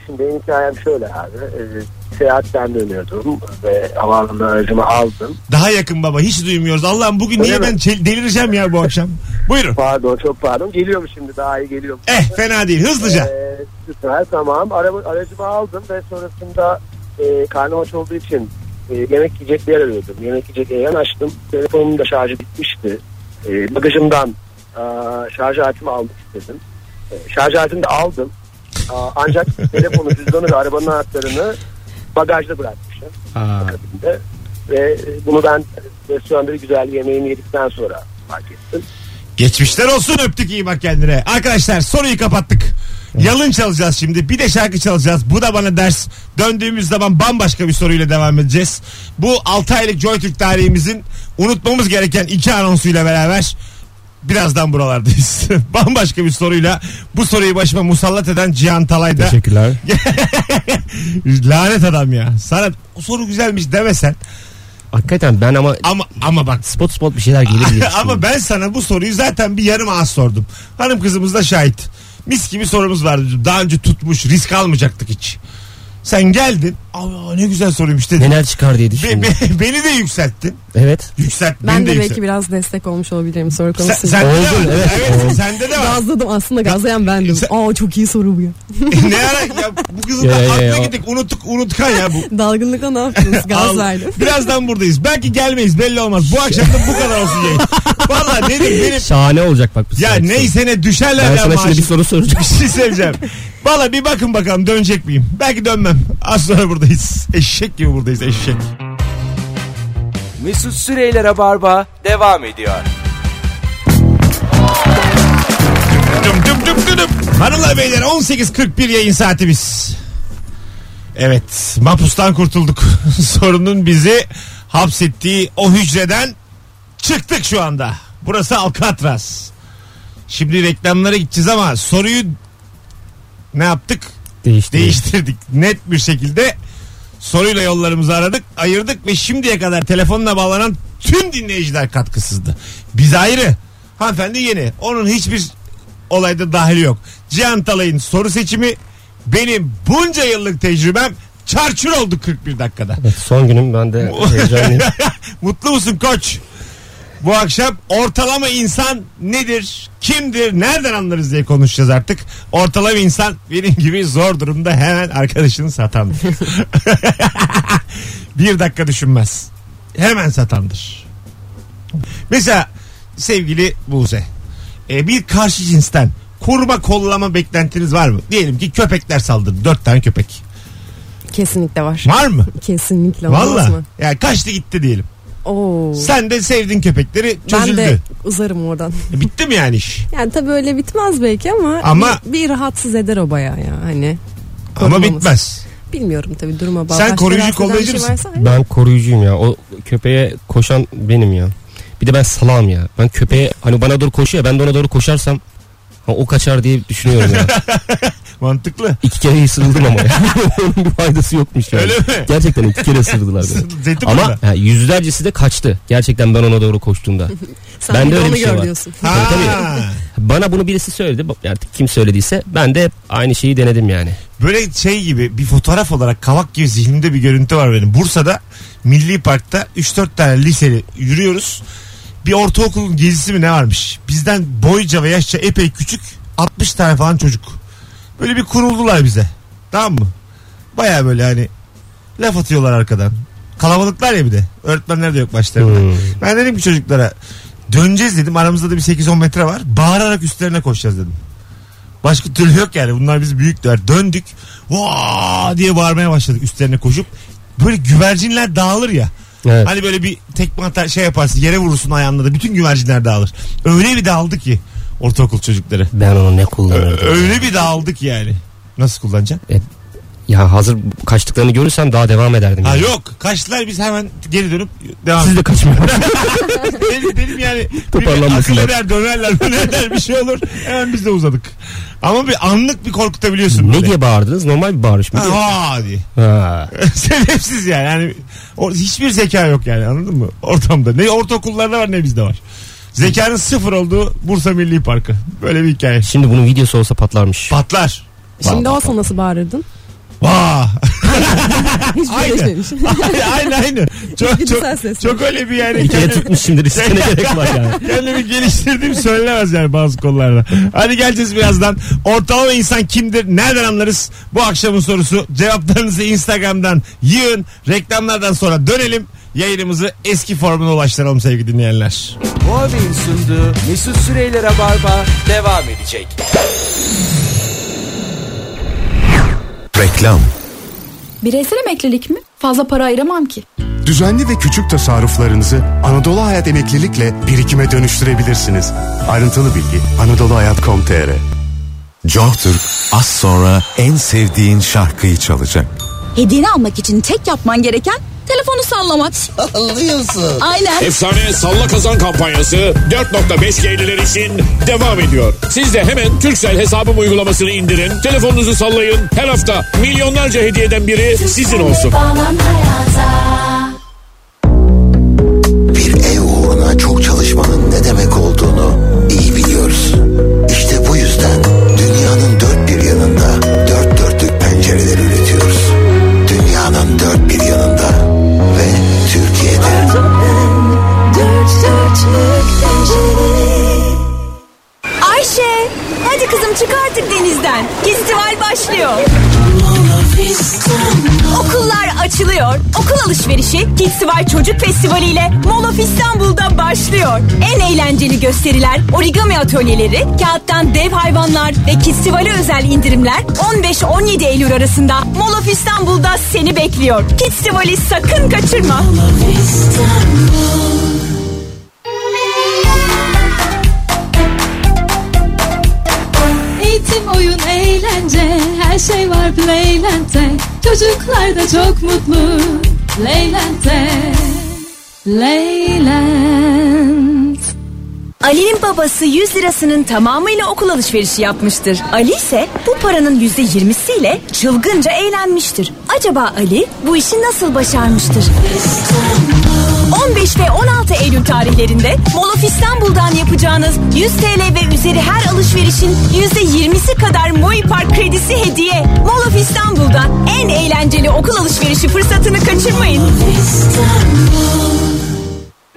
S7: şimdi benim hikayem şöyle abi. Ee, seyahatten dönüyordum ve havaalanından aracımı aldım.
S2: Daha yakın baba hiç duymuyoruz. Allah'ım bugün niye
S7: Öyle
S2: ben
S7: mi?
S2: çel- delireceğim ya bu akşam. Buyurun.
S7: Pardon çok pardon. Geliyor mu şimdi daha iyi geliyor mu?
S2: Eh fena değil hızlıca.
S7: Ee, süper tamam. Araba, aracımı aldım ve sonrasında e, karnım aç olduğu için e, yemek yiyecek bir yer arıyordum. Yemek yiyecek bir yer açtım. Telefonumun da şarjı bitmişti. E, bagajımdan aa, şarj aletimi almak istedim. E, şarj aletini de aldım. Aa, ancak telefonu, cüzdanı ve arabanın anahtarını
S8: bagajda bırakmışım.
S3: Aa,
S8: Ve bunu ben restoranda bir güzel yemeğimi yedikten sonra fark ettim.
S2: Geçmişler olsun öptük iyi bak kendine. Arkadaşlar soruyu kapattık. Yalın çalacağız şimdi. Bir de şarkı çalacağız. Bu da bana ders. Döndüğümüz zaman bambaşka bir soruyla devam edeceğiz. Bu 6 aylık JoyTürk tarihimizin unutmamız gereken iki anonsuyla beraber birazdan buralardayız. bambaşka bir soruyla bu soruyu başıma musallat eden Cihan Talay da
S3: teşekkürler.
S2: lanet adam ya. Sana o soru güzelmiş demesen
S3: Hakikaten ben ama
S2: ama ama bak
S3: spot spot bir şeyler gelir diye
S2: Ama ben sana bu soruyu zaten bir yarım ağız sordum. Hanım kızımız da şahit. Mis gibi sorumuz vardı. bizim. Daha önce tutmuş risk almayacaktık hiç. Sen geldin. Aa, ne güzel soruymuş dedin.
S3: Neler çıkar diye
S2: Be-
S3: düşündüm.
S2: be- beni de yükselttin.
S3: evet.
S2: Yükselttin.
S4: Ben
S2: beni
S4: de
S2: de
S4: belki biraz destek olmuş olabilirim soru
S2: Sen,
S4: konusunda.
S2: sende de
S3: Oldun,
S2: var.
S3: evet.
S2: Evet,
S3: Oldun.
S2: sende de var.
S4: Gazladım aslında gazlayan bendim.
S2: Sen-
S4: Aa çok iyi soru bu ya.
S2: ne ara ya bu kızın da
S3: Ya, ya,
S2: aklına
S3: ya.
S2: gittik unuttuk unutkan ya bu.
S4: Dalgınlıkla ne yaptınız? Gaz
S2: Al.
S4: verdim.
S2: Birazdan buradayız. Belki gelmeyiz belli olmaz. Bu akşam da bu kadar olsun yayın. Valla dedim benim
S3: Şahane olacak bak bu
S2: ya
S3: soru.
S2: neyse ne
S3: Ben
S2: düşerler ya
S3: sana şimdi bir
S2: maaşım.
S3: soru soracağım.
S2: bir şey söyleyeceğim. Valla bir bakın bakalım dönecek miyim? Belki dönmem. Az sonra buradayız. Eşek gibi buradayız eşek.
S1: Mesut Süreyler'e barba devam ediyor.
S2: Düm düm düm düm düm. Hanımlar beyler 18.41 yayın saatimiz. Evet mapustan kurtulduk. Sorunun bizi hapsettiği o hücreden çıktık şu anda. Burası Alcatraz. Şimdi reklamlara gideceğiz ama soruyu ne yaptık?
S3: Değişti.
S2: değiştirdik. Net bir şekilde soruyla yollarımızı aradık, ayırdık ve şimdiye kadar telefonla bağlanan tüm dinleyiciler katkısızdı. Biz ayrı. Hanımefendi yeni. Onun hiçbir olayda dahili yok. Cihan Talay'ın soru seçimi benim bunca yıllık tecrübem çarçur oldu 41 dakikada.
S3: Evet, son günüm ben de heyecanlıyım.
S2: Mutlu musun koç? Bu akşam ortalama insan nedir, kimdir, nereden anlarız diye konuşacağız artık. Ortalama insan benim gibi zor durumda hemen arkadaşını satandır. Bir dakika düşünmez. Hemen satandır. Mesela sevgili Buse. e, bir karşı cinsten koruma kollama beklentiniz var mı? Diyelim ki köpekler saldırdı. Dört tane köpek.
S4: Kesinlikle var.
S2: Var mı?
S4: Kesinlikle olmaz
S2: Valla.
S4: mı?
S2: Yani kaçtı gitti diyelim.
S4: Oo.
S2: Sen de sevdin köpekleri
S4: Ben
S2: çözüldü.
S4: de uzarım oradan.
S2: E, Bitti mi yani iş?
S4: Yani tabii öyle bitmez belki ama,
S2: Ama-
S4: bir, bir rahatsız eder o bayağı ya hani.
S2: Ama
S4: Korumamız.
S2: bitmez.
S4: Bilmiyorum tabii duruma bağlı.
S2: Sen
S4: Başka
S2: koruyucu,
S4: rahatsız eden
S2: kollayıcı
S4: bir şey
S2: mısın?
S4: varsa-
S3: ben koruyucuyum ya. O köpeğe koşan benim ya. Bir de ben salam ya. Ben köpeğe hani bana doğru koşuyor ya, ben de ona doğru koşarsam ha, o kaçar diye düşünüyorum ya.
S2: Mantıklı.
S3: İki kere ısırıldım ama ya. Onun bir faydası yokmuş yani.
S2: Öyle mi?
S3: Gerçekten iki kere ısırdılar beni.
S2: Zeytin
S3: Ama ha, yüzlercesi de kaçtı. Gerçekten ben ona doğru koştuğumda.
S4: Sen
S3: Ben
S4: bir
S3: de
S4: de
S3: öyle
S4: onu
S3: bir şey var.
S4: görüyorsun.
S2: Ha.
S3: Tabii, tabii. Bana bunu birisi söyledi. Artık kim söylediyse ben de hep aynı şeyi denedim yani.
S2: Böyle şey gibi bir fotoğraf olarak kavak gibi zihnimde bir görüntü var benim. Bursa'da Milli Park'ta 3-4 tane liseli yürüyoruz. Bir ortaokulun gezisi mi ne varmış? Bizden boyca ve yaşça epey küçük 60 tane falan çocuk. Böyle bir kuruldular bize. Tamam mı? Baya böyle hani laf atıyorlar arkadan. Kalabalıklar ya bir de. Öğretmenler de yok başlarında.
S3: Hmm.
S2: Ben dedim ki çocuklara döneceğiz dedim. Aramızda da bir 8-10 metre var. Bağırarak üstlerine koşacağız dedim. Başka türlü yok yani. Bunlar biz büyükler. Döndük. Vaa diye bağırmaya başladık üstlerine koşup. Böyle güvercinler dağılır ya.
S3: Evet.
S2: Hani böyle bir tekme atar şey yaparsın yere vurursun ayağınla da bütün güvercinler dağılır. Öyle bir dağıldı ki ortaokul çocukları.
S3: Ben onu ne
S2: Ö-
S3: kullanırdım?
S2: Öyle bir dağıldı ki yani. Nasıl kullanacaksın?
S3: Ya hazır kaçtıklarını görürsem daha devam ederdim.
S2: Ha
S3: yani.
S2: yok kaçtılar biz hemen geri dönüp devam
S3: Siz de kaçmayın.
S2: benim, benim yani bir akıl
S3: Toparlanmasınlar.
S2: eder dönerler dönerler bir şey olur hemen biz de uzadık. Ama bir anlık bir korkutabiliyorsun.
S3: ne
S2: böyle.
S3: diye bağırdınız? Normal bir bağırış mı?
S2: Ha, ha diye.
S3: Ha.
S2: Sebepsiz yani. yani o- hiçbir zeka yok yani anladın mı? Ortamda. Ne ortaokullarda var ne bizde var. Zekanın sıfır olduğu Bursa Milli Parkı. Böyle bir hikaye.
S3: Şimdi bunun videosu olsa patlarmış.
S2: Patlar.
S4: Şimdi
S3: Vallahi
S4: olsa nasıl bağırırdın?
S2: Vaa.
S4: Hiçbir şey
S2: Aynen.
S4: değişmemiş.
S2: aynı aynı. Çok, çok,
S4: Güzel ses.
S2: çok öyle bir yani.
S3: Bir kere
S2: kendimi-
S3: tutmuş şimdi riske ne gerek var yani.
S2: Kendimi geliştirdiğim söylenemez yani bazı konularda. Hadi geleceğiz birazdan. Ortalama insan kimdir? Nereden anlarız? Bu akşamın sorusu. Cevaplarınızı Instagram'dan yığın. Reklamlardan sonra dönelim. Yayınımızı eski formuna ulaştıralım sevgili dinleyenler.
S1: Muhabir'in sunduğu Mesut Süreyler'e barba devam edecek.
S9: Reklam. Bireysel emeklilik mi? Fazla para ayıramam ki.
S10: Düzenli ve küçük tasarruflarınızı Anadolu Hayat emeklilikle birikime dönüştürebilirsiniz. Ayrıntılı bilgi anadoluhayat.com.tr
S11: JoyTürk az sonra en sevdiğin şarkıyı çalacak.
S9: Hediyeni almak için tek yapman gereken telefonu sallamak. Sallıyorsun. Aynen.
S12: Efsane Salla Kazan kampanyası 4.5 G'liler için devam ediyor. Siz de hemen Türksel hesabım uygulamasını indirin. Telefonunuzu sallayın. Her hafta milyonlarca hediyeden biri sizin olsun.
S13: Bir ev uğruna çok çalışmanın ne demek olduğunu iyi biliyoruz. İşte bu yüzden dünyanın dört bir yanında dört dörtlük pencereler üretiyoruz. Dünyanın dört bir yanında ve Türkiye'de.
S9: Ayşe hadi kızım çık artık denizden. Festival başlıyor. Okullar açılıyor. Okul alışverişi Kidsval Çocuk Festivali ile Mall of İstanbul'da başlıyor. En eğlenceli gösteriler, origami atölyeleri, kağıttan dev hayvanlar ve Kidsval'e özel indirimler 15-17 Eylül arasında Mall of İstanbul'da seni bekliyor. Kidsval'i sakın kaçırma.
S14: Eğitim, oyun, eğlence her şey var Playland'de. Çocuklar da çok mutlu Playland'de. Leyland.
S15: Ali'nin babası 100 lirasının tamamıyla okul alışverişi yapmıştır. Ali ise bu paranın %20'siyle çılgınca eğlenmiştir. Acaba Ali bu işi nasıl başarmıştır? 15 ve 16 Eylül tarihlerinde Mall of İstanbul'dan yapacağınız 100 TL ve üzeri her alışverişin %20'si kadar Moi Park kredisi hediye. Mall of İstanbul'da en eğlenceli okul alışverişi fırsatını kaçırmayın.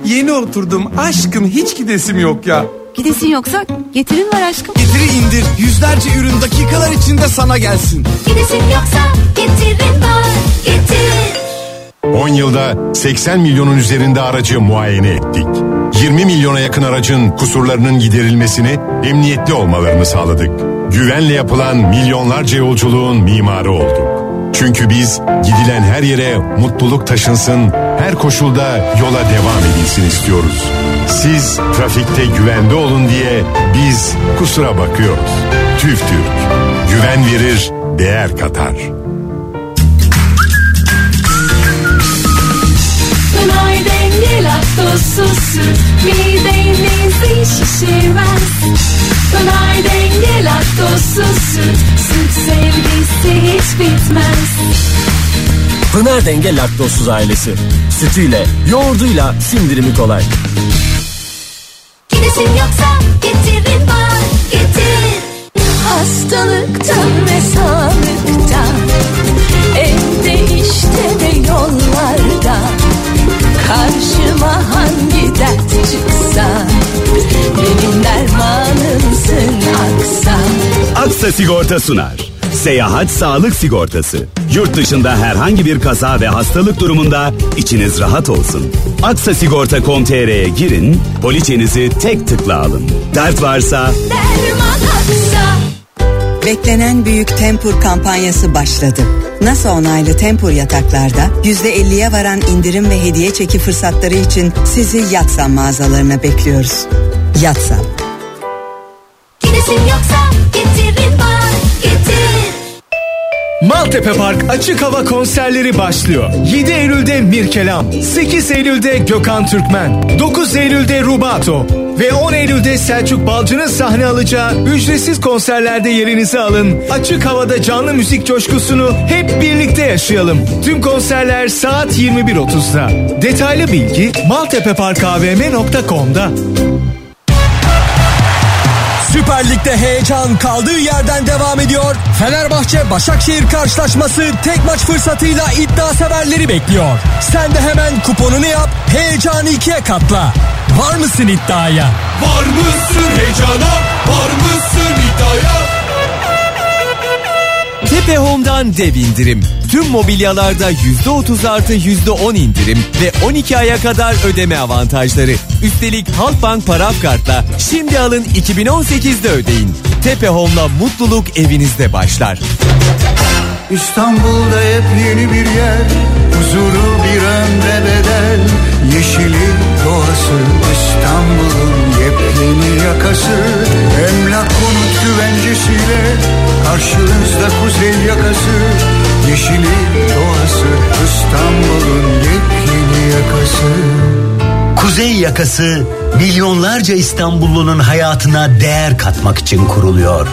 S16: Yeni oturdum aşkım hiç gidesim yok ya.
S17: Gidesin yoksa getirin var aşkım.
S18: Getiri indir yüzlerce ürün dakikalar içinde sana gelsin.
S17: Gidesin yoksa getirin var getirin.
S19: 10 yılda 80 milyonun üzerinde aracı muayene ettik. 20 milyona yakın aracın kusurlarının giderilmesini, emniyetli olmalarını sağladık. Güvenle yapılan milyonlarca yolculuğun mimarı olduk. Çünkü biz gidilen her yere mutluluk taşınsın, her koşulda yola devam edilsin istiyoruz. Siz trafikte güvende olun diye biz kusura bakıyoruz. TÜV TÜRK. Güven verir, değer katar.
S14: Pınar demli laktozsuz süt midenizi şişirmez. Pınar demli laktozsuz süt süt sevgisi hiç bitmez.
S20: Pınar Denge Laktozsuz ailesi. Sütüyle, yoğurduyla sindirimi kolay.
S17: Gidesin yoksa getirin var getirin. Hastalıktan ve sağlıktan evde işte ve yollarda karşıma hangi dert çıksa benim dermanımsın aksa.
S21: Aksa Sigorta sunar. Seyahat sağlık sigortası. Yurt dışında herhangi bir kaza ve hastalık durumunda içiniz rahat olsun. Aksasigorta.com.tr'ye girin, poliçenizi tek tıkla alın. Dert varsa
S17: Derman aksa.
S22: Beklenen büyük Tempur kampanyası başladı. NASA onaylı Tempur yataklarda %50'ye varan indirim ve hediye çeki fırsatları için sizi Yatsam mağazalarına bekliyoruz. Yatsam.
S17: Gidesin yoksa getirin var getirin.
S23: Maltepe Park açık hava konserleri başlıyor. 7 Eylül'de Mirkelam, 8 Eylül'de Gökhan Türkmen, 9 Eylül'de Rubato ve 10 Eylül'de Selçuk Balcı'nın sahne alacağı ücretsiz konserlerde yerinizi alın. Açık havada canlı müzik coşkusunu hep birlikte yaşayalım. Tüm konserler saat 21.30'da. Detaylı bilgi maltepeparkavm.com'da.
S24: Süper Lig'de heyecan kaldığı yerden devam ediyor. Fenerbahçe Başakşehir karşılaşması tek maç fırsatıyla iddia severleri bekliyor. Sen de hemen kuponunu yap, heyecanı ikiye katla. Var mısın iddiaya?
S25: Var mısın heyecana? Var mısın iddiaya?
S24: Tepe Home'dan dev indirim. Tüm mobilyalarda %30 artı %10 indirim ve 12 aya kadar ödeme avantajları. Üstelik Halkbank Paraf Kart'la şimdi alın 2018'de ödeyin. Tepe Home'la mutluluk evinizde başlar.
S26: İstanbul'da hep yeni bir yer Huzuru bir ömre bedel Yeşili doğası İstanbul'un yepyeni yakası Emlak konut güvencesiyle Karşınızda kuzey yakası Yeşili doğası İstanbul'un yepyeni yakası
S5: Kuzey yakası milyonlarca İstanbullunun hayatına değer katmak için kuruluyor.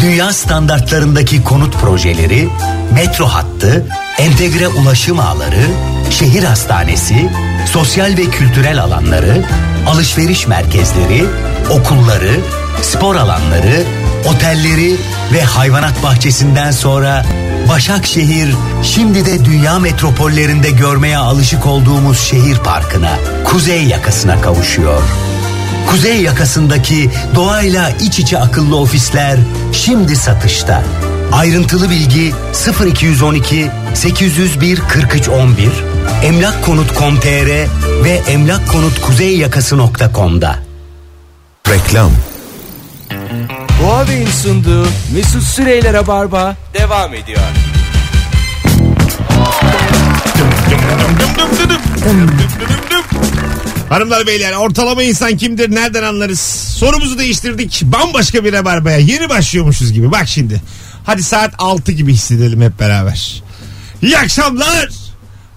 S5: Dünya standartlarındaki konut projeleri, metro hattı, entegre ulaşım ağları, şehir hastanesi, sosyal ve kültürel alanları, alışveriş merkezleri, okulları, spor alanları, otelleri ve hayvanat bahçesinden sonra Başakşehir şimdi de dünya metropollerinde görmeye alışık olduğumuz şehir parkına, kuzey yakasına kavuşuyor. Kuzey yakasındaki doğayla iç içe akıllı ofisler şimdi satışta. Ayrıntılı bilgi 0212 801 4311 emlakkonut.com.tr ve emlakkonutkuzeyyakası.com'da.
S27: Reklam.
S1: Boğa Bey'in sunduğu Mesut Süreyler'e barba devam ediyor.
S2: Hanımlar beyler ortalama insan kimdir nereden anlarız? Sorumuzu değiştirdik. Bambaşka bir rabarbaya yeni başlıyormuşuz gibi. Bak şimdi. Hadi saat 6 gibi hissedelim hep beraber. İyi akşamlar.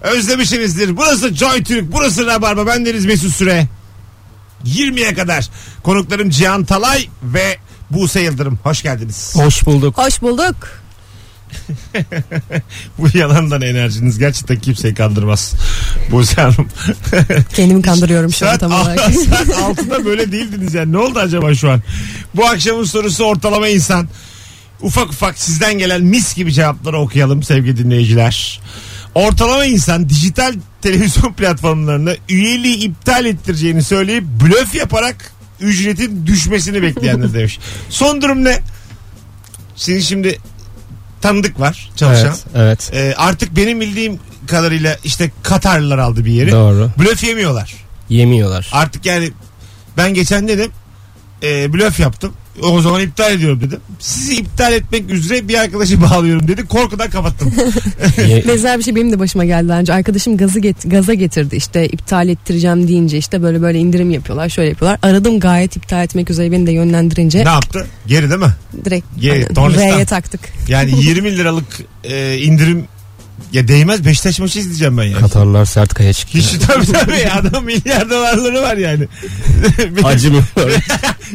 S2: Özlemişsinizdir. Burası Joy Türk. Burası Rabarba. Ben Deniz Mesut Süre. 20'ye kadar konuklarım Cihan Talay ve Buse Yıldırım. Hoş geldiniz.
S3: Hoş bulduk.
S4: Hoş bulduk.
S2: Bu yalandan enerjiniz gerçekten kimseyi kandırmaz. Buse Hanım.
S4: Kendimi kandırıyorum
S3: şey
S4: şu an
S2: Saat,
S4: tam olarak.
S2: saat altında böyle değildiniz yani. Ne oldu acaba şu an? Bu akşamın sorusu ortalama insan. Ufak ufak sizden gelen mis gibi cevapları okuyalım sevgili dinleyiciler. Ortalama insan dijital televizyon platformlarında üyeliği iptal ettireceğini söyleyip blöf yaparak ücretin düşmesini bekleyenler demiş. Son durum ne? Sizin şimdi tanıdık var çalışan.
S3: Evet, evet.
S2: Ee, artık benim bildiğim kadarıyla işte Katarlılar aldı bir yeri.
S3: Doğru.
S2: Blöf yemiyorlar.
S3: Yemiyorlar.
S2: Artık yani ben geçen dedim e, blöf yaptım. O zaman iptal ediyorum dedim. Sizi iptal etmek üzere bir arkadaşı bağlıyorum dedi. Korkudan kapattım.
S4: Benzer bir şey benim de başıma geldi daha önce. Arkadaşım gazı get- gaza getirdi işte iptal ettireceğim deyince işte böyle böyle indirim yapıyorlar şöyle yapıyorlar. Aradım gayet iptal etmek üzere beni de yönlendirince
S2: ne yaptı? Geri değil mi?
S4: direkt
S2: Ye-
S4: hani
S2: Tornistan.
S4: R'ye taktık.
S2: Yani 20 liralık e, indirim ya değmez Beşiktaş maçı izleyeceğim ben yani.
S3: Katarlar sert kaya çıkıyor.
S2: Hiç tabii tabii adam milyar dolarları var yani. benim,
S3: Acımıyorlar.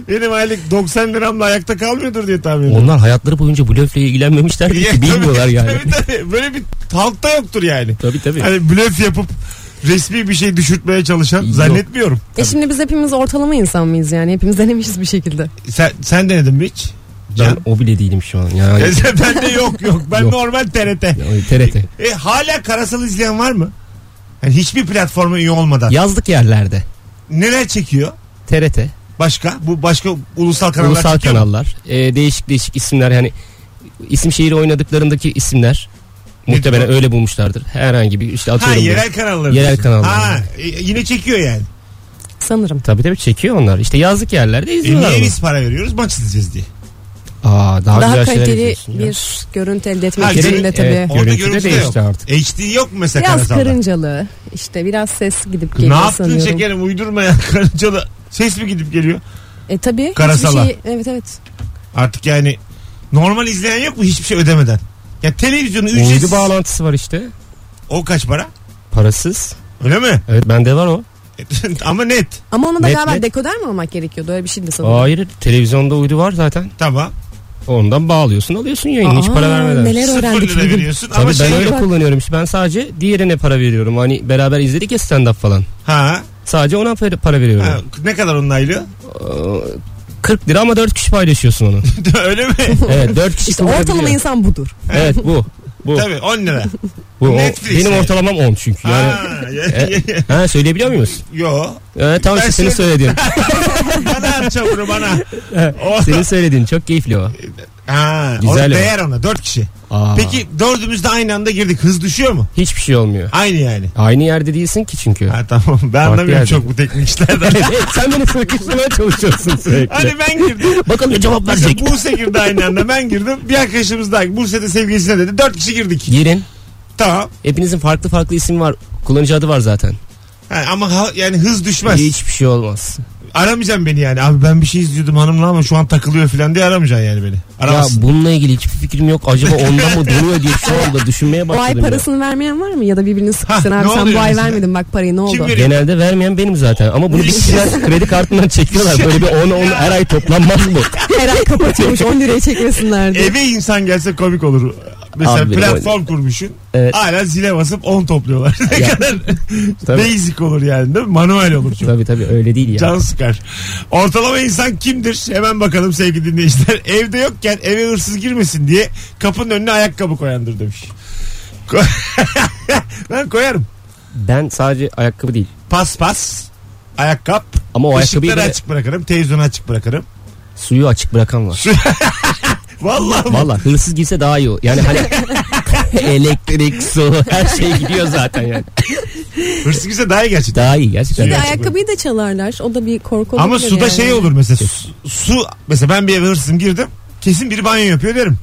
S2: benim aylık 90 liramla ayakta kalmıyordur diye tahmin ediyorum.
S3: Onlar hayatları boyunca blöfle ilgilenmemişler
S2: Ya
S3: ki
S2: tabii,
S3: bilmiyorlar yani.
S2: Tabii, tabii. Böyle bir halkta yoktur yani.
S3: Tabii tabii.
S2: Hani blöf yapıp resmi bir şey düşürtmeye çalışan
S3: Yok.
S2: zannetmiyorum.
S4: E şimdi biz hepimiz ortalama insan mıyız yani hepimiz denemişiz bir şekilde.
S2: Sen, sen denedin mi hiç?
S3: Ben
S2: Can?
S3: o bile değilim şu an. Yani,
S2: Ya sen- ben de yok yok. Ben
S3: Yok.
S2: normal TRT.
S3: Yani TRT.
S2: E, hala karasal izleyen var mı? Yani hiçbir platforma üye olmadan.
S3: Yazlık yerlerde.
S2: Neler çekiyor?
S3: TRT.
S2: Başka? Bu başka ulusal kanallar
S3: ulusal
S2: çekiyor mu?
S3: kanallar. e, değişik değişik isimler yani isim şehir oynadıklarındaki isimler muhtemelen
S2: diyor?
S3: öyle bulmuşlardır. Herhangi bir işte
S2: Ha
S3: atıyorum. bu-
S2: yerel kanalları.
S3: Yerel
S2: diyorsun.
S3: kanallar.
S2: Ha e, yine çekiyor yani.
S4: Sanırım.
S3: Tabii tabii çekiyor onlar. İşte yazlık yerlerde
S2: E,
S3: izliyorlar.
S2: niye
S3: bunu.
S2: biz para veriyoruz maç izleyeceğiz diye.
S3: Aa, daha,
S4: Daha,
S3: güzel şeyler
S4: kaliteli
S3: izliyorsun ya.
S4: bir görüntü elde
S2: Ha,
S4: etmek için de
S2: görüntü-
S4: tabii.
S3: evet,
S2: Orada
S3: Görüntü de
S2: görüntü de
S3: değişti
S2: yok.
S3: artık.
S2: HD yok mu mesela
S4: Biraz
S2: karasalda?
S4: karıncalı işte biraz ses gidip
S2: Ne
S4: geliyor
S2: yaptın
S4: sanıyorum.
S2: şekerim uydurma ya karıncalı. Ses mi gidip geliyor?
S4: E tabii.
S2: Karasala.
S4: hiçbir Şey, evet evet.
S2: Artık yani normal izleyen yok mu hiçbir şey ödemeden? Ya televizyonu ücretsiz.
S3: Uydu bağlantısı var işte.
S2: O kaç para?
S3: Parasız.
S2: Öyle mi?
S3: Evet bende var o.
S2: Ama net.
S4: Ama ona da
S3: Net,
S4: galiba
S3: net.
S4: dekoder mi olmak gerekiyordu öyle bir şeydi sanırım.
S3: Hayır televizyonda uydu var zaten.
S2: Tamam.
S3: Ondan bağlıyorsun alıyorsun yayını hiç
S4: Aa,
S3: para vermeden.
S4: Neler
S2: Sıfır
S4: öğrendik
S2: lira
S4: bugün.
S2: veriyorsun
S3: Tabii
S2: ama
S3: ben
S2: şey
S3: öyle
S2: yok.
S3: kullanıyorum işte ben sadece diğerine para veriyorum. Hani beraber izledik ya stand up falan.
S2: Ha,
S3: Sadece ona para- para veriyorum.
S2: ha, ne kadar onun aylığı?
S3: Ee, 40 lira ama 4 kişi paylaşıyorsun onu.
S2: Öyle mi?
S3: Evet 4 kişi
S4: İşte
S3: kullanabiliyor.
S4: ortalama insan budur.
S3: Evet bu. Bu.
S2: Tabii 10 lira.
S3: bu o-
S2: Netflix
S3: benim
S2: yani.
S3: ortalamam 10 çünkü. Yani,
S2: Ha, ya-
S3: e, ha, söyleyebiliyor muyuz?
S2: Yo.
S3: Evet tamam
S2: Ben
S3: işte senin
S2: söyle-
S3: söylediğin.
S2: Bana at çamuru bana. O-
S3: senin söylediğin çok keyifli o.
S2: Ha,
S3: Güzel
S2: Güzel
S3: ya.
S2: değer ona dört kişi.
S3: Aa.
S2: Peki dördümüz de aynı anda girdik. Hız düşüyor mu?
S3: Hiçbir şey olmuyor.
S2: Aynı yani.
S3: Aynı yerde değilsin ki çünkü.
S2: Ha tamam. Ben anlamıyorum çok bu teknik işlerden.
S3: Sen beni sıkıştırmaya çalışıyorsun sürekli.
S2: Hani ben girdim.
S3: Bakalım ne cevap verecek.
S2: Mesela Buse girdi aynı anda. Ben girdim. Bir arkadaşımız daha. Buse'de sevgilisine dedi. Dört kişi girdik.
S3: Girin.
S2: Tamam.
S3: Hepinizin farklı farklı isim var. Kullanıcı adı var zaten.
S2: Ha, ama ha- yani hız düşmez.
S3: Hiçbir şey olmaz.
S2: Aramayacaksın beni yani. Abi ben bir şey izliyordum hanımla ama şu an takılıyor falan diye aramayacaksın yani beni. Aramazsın.
S3: Ya bununla ilgili hiçbir fikrim yok. Acaba ondan mı duruyor diye şu anda düşünmeye
S6: O ay
S3: başladım. ya.
S6: parasını vermeyen var mı? Ya da birbirini sıkıştın
S2: ne
S6: abi sen
S2: oluyor
S6: bu ay
S2: mesela?
S6: vermedin bak parayı ne oldu?
S2: veriyor?
S3: Genelde vermeyen benim zaten. Ama bunu bir kişiden kredi kartından çekiyorlar. Böyle bir 10 10 her ay toplanmaz mı?
S6: Her ay kapatıyormuş 10 liraya çekmesinler diye.
S2: Eve insan gelse komik olur. Mesela
S3: Abi,
S2: platform kurmuşsun.
S3: Evet.
S2: Hala zile basıp 10 topluyorlar. ne
S3: Ya.
S2: kadar
S3: Tabii.
S2: basic olur yani değil mi? Manuel olur çok.
S3: Tabii tabii öyle değil ya.
S2: Can sıkar. Ortalama insan kimdir? Hemen bakalım sevgili dinleyiciler. Evde yokken eve hırsız girmesin diye kapının önüne ayakkabı koyandır demiş. Ko- ben koyarım.
S3: Ben sadece ayakkabı değil.
S2: Pas pas. Ayakkabı.
S3: Ama o ayakkabıyı
S2: Işıkları
S3: böyle
S2: açık bırakırım. Televizyonu açık bırakırım.
S3: suyu açık bırakan var.
S2: Vallahi mı?
S3: Valla hırsız girse daha iyi o. Yani hani elektrik, su her şey gidiyor zaten yani.
S2: Hırsız girse daha iyi gerçekten.
S3: Daha iyi gerçekten.
S6: Bir de
S2: Suyu
S6: ayakkabıyı da çalarlar. O da bir korku
S2: Ama
S6: olabilir
S2: suda
S6: yani.
S2: şey olur mesela. Su, su- mesela ben bir eve hırsızım girdim. Kesin biri banyo yapıyor derim.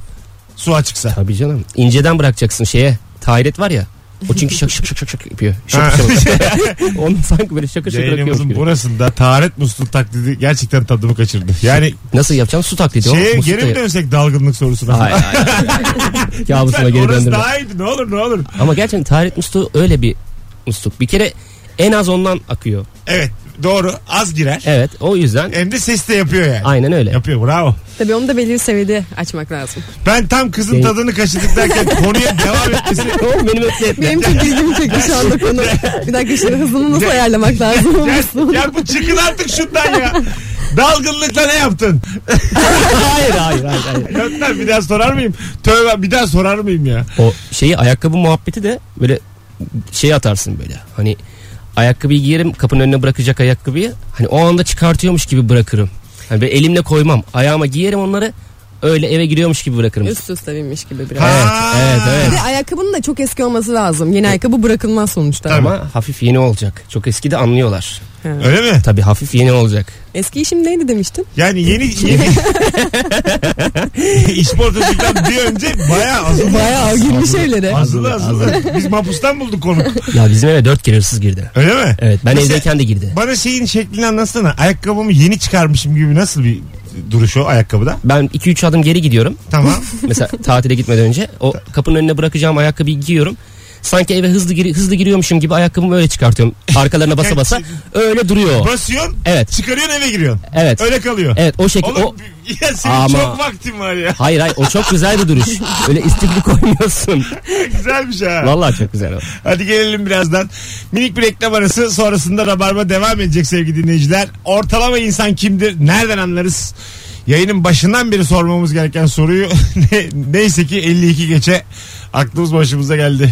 S2: Su açıksa.
S3: Tabii canım. İnceden bırakacaksın şeye. Tahiret var ya. O çünkü şak şak şak şak şak yapıyor. Şak
S2: Ha.
S3: şak. Onun sanki böyle şakır şakır akıyormuş
S2: Yayınımızın
S3: şey gibi.
S2: burasında taharet musluğu taklidi gerçekten tadımı kaçırdı. Yani
S3: Nasıl yapacağım? Su taklidi. o.
S2: şeye
S3: Musluk
S2: geri
S3: da-
S2: mi dönsek dalgınlık sorusuna?
S3: Hayır hayır. Kabusuna geri
S2: Orası
S3: döndürme.
S2: daha iyiydi ne olur ne olur.
S3: Ama gerçekten taharet musluğu öyle bir musluk. Bir kere en az ondan akıyor.
S2: Evet doğru az girer.
S3: Evet o yüzden
S2: Hem de ses de yapıyor yani.
S3: aynen öyle.
S2: Yapıyor bravo.
S6: Tabii onu da belirli seviyede açmak lazım.
S2: Ben tam kızın
S3: Şey-
S2: tadını kaçırdık derken konuya devam etmesi
S3: Oğlum Benim öpme etme.
S6: Benim çok ilgimi çekti şu anda konu. Bir dakika şimdi hızını nasıl ayarlamak lazım?
S2: ya, ya bu çıkın artık şundan ya. Dalgınlıkla ne yaptın?
S3: hayır hayır hayır. hayır.
S2: Önden bir daha sorar mıyım? Tövbe bir daha sorar mıyım ya?
S3: O şeyi ayakkabı muhabbeti de böyle şey atarsın böyle. Hani ayakkabıyı giyerim kapının önüne bırakacak ayakkabıyı. Hani o anda çıkartıyormuş gibi bırakırım. Hani böyle elimle koymam. Ayağıma giyerim onları. Öyle eve giriyormuş gibi bırakırım.
S6: Üst üste binmiş gibi biraz.
S3: Evet,
S2: Ha.
S3: evet,
S6: Bir
S3: evet.
S6: de ayakkabının da çok eski olması lazım. Yeni ayakkabı bırakılmaz sonuçta.
S3: Ama hafif yeni olacak. Çok eski de anlıyorlar.
S2: Öyle mi?
S3: Tabii hafif yeni olacak.
S6: Eski işim neydi demiştin?
S2: Yani yeni yeni İşportacılıktan bir önce bayağı azılı.
S6: Bayağı girmiş evlere.
S2: Azılı azılı. Biz mapustan bulduk konuk.
S3: Ya bizim eve dört kere hırsız girdi.
S2: Öyle mi?
S3: Evet ben
S2: Mesela-
S3: evdeyken de girdi.
S2: Bana şeyin şeklini anlatsana. Ayakkabımı yeni çıkarmışım gibi nasıl bir duruş o ayakkabıda?
S3: Ben 2-3 adım geri gidiyorum.
S2: Tamam.
S3: Mesela tatile gitmeden önce o kapının önüne bırakacağım ayakkabıyı giyiyorum. Sanki eve hızlı giri- hızlı giriyormuşum gibi ayakkabımı öyle çıkartıyorum. Arkalarına basa basa öyle duruyor. o.
S2: Basıyorsun.
S3: Evet.
S2: Çıkarıyorsun eve giriyorsun.
S3: Evet.
S2: Öyle kalıyor.
S3: Evet o şekil
S2: Oğlum
S3: o
S2: ya senin
S3: Ama-
S2: çok vaktin var ya.
S3: Hayır hayır o çok güzel bir duruş. Öyle istifli koymuyorsun.
S2: Güzelmiş ha.
S3: Vallahi çok güzel o.
S2: Hadi gelelim birazdan. Minik bir reklam arası sonrasında Rabarba devam edecek sevgili dinleyiciler. Ortalama insan kimdir? Nereden anlarız? Yayının başından beri sormamız gereken soruyu ne- neyse ki 52 geçe aklımız başımıza geldi.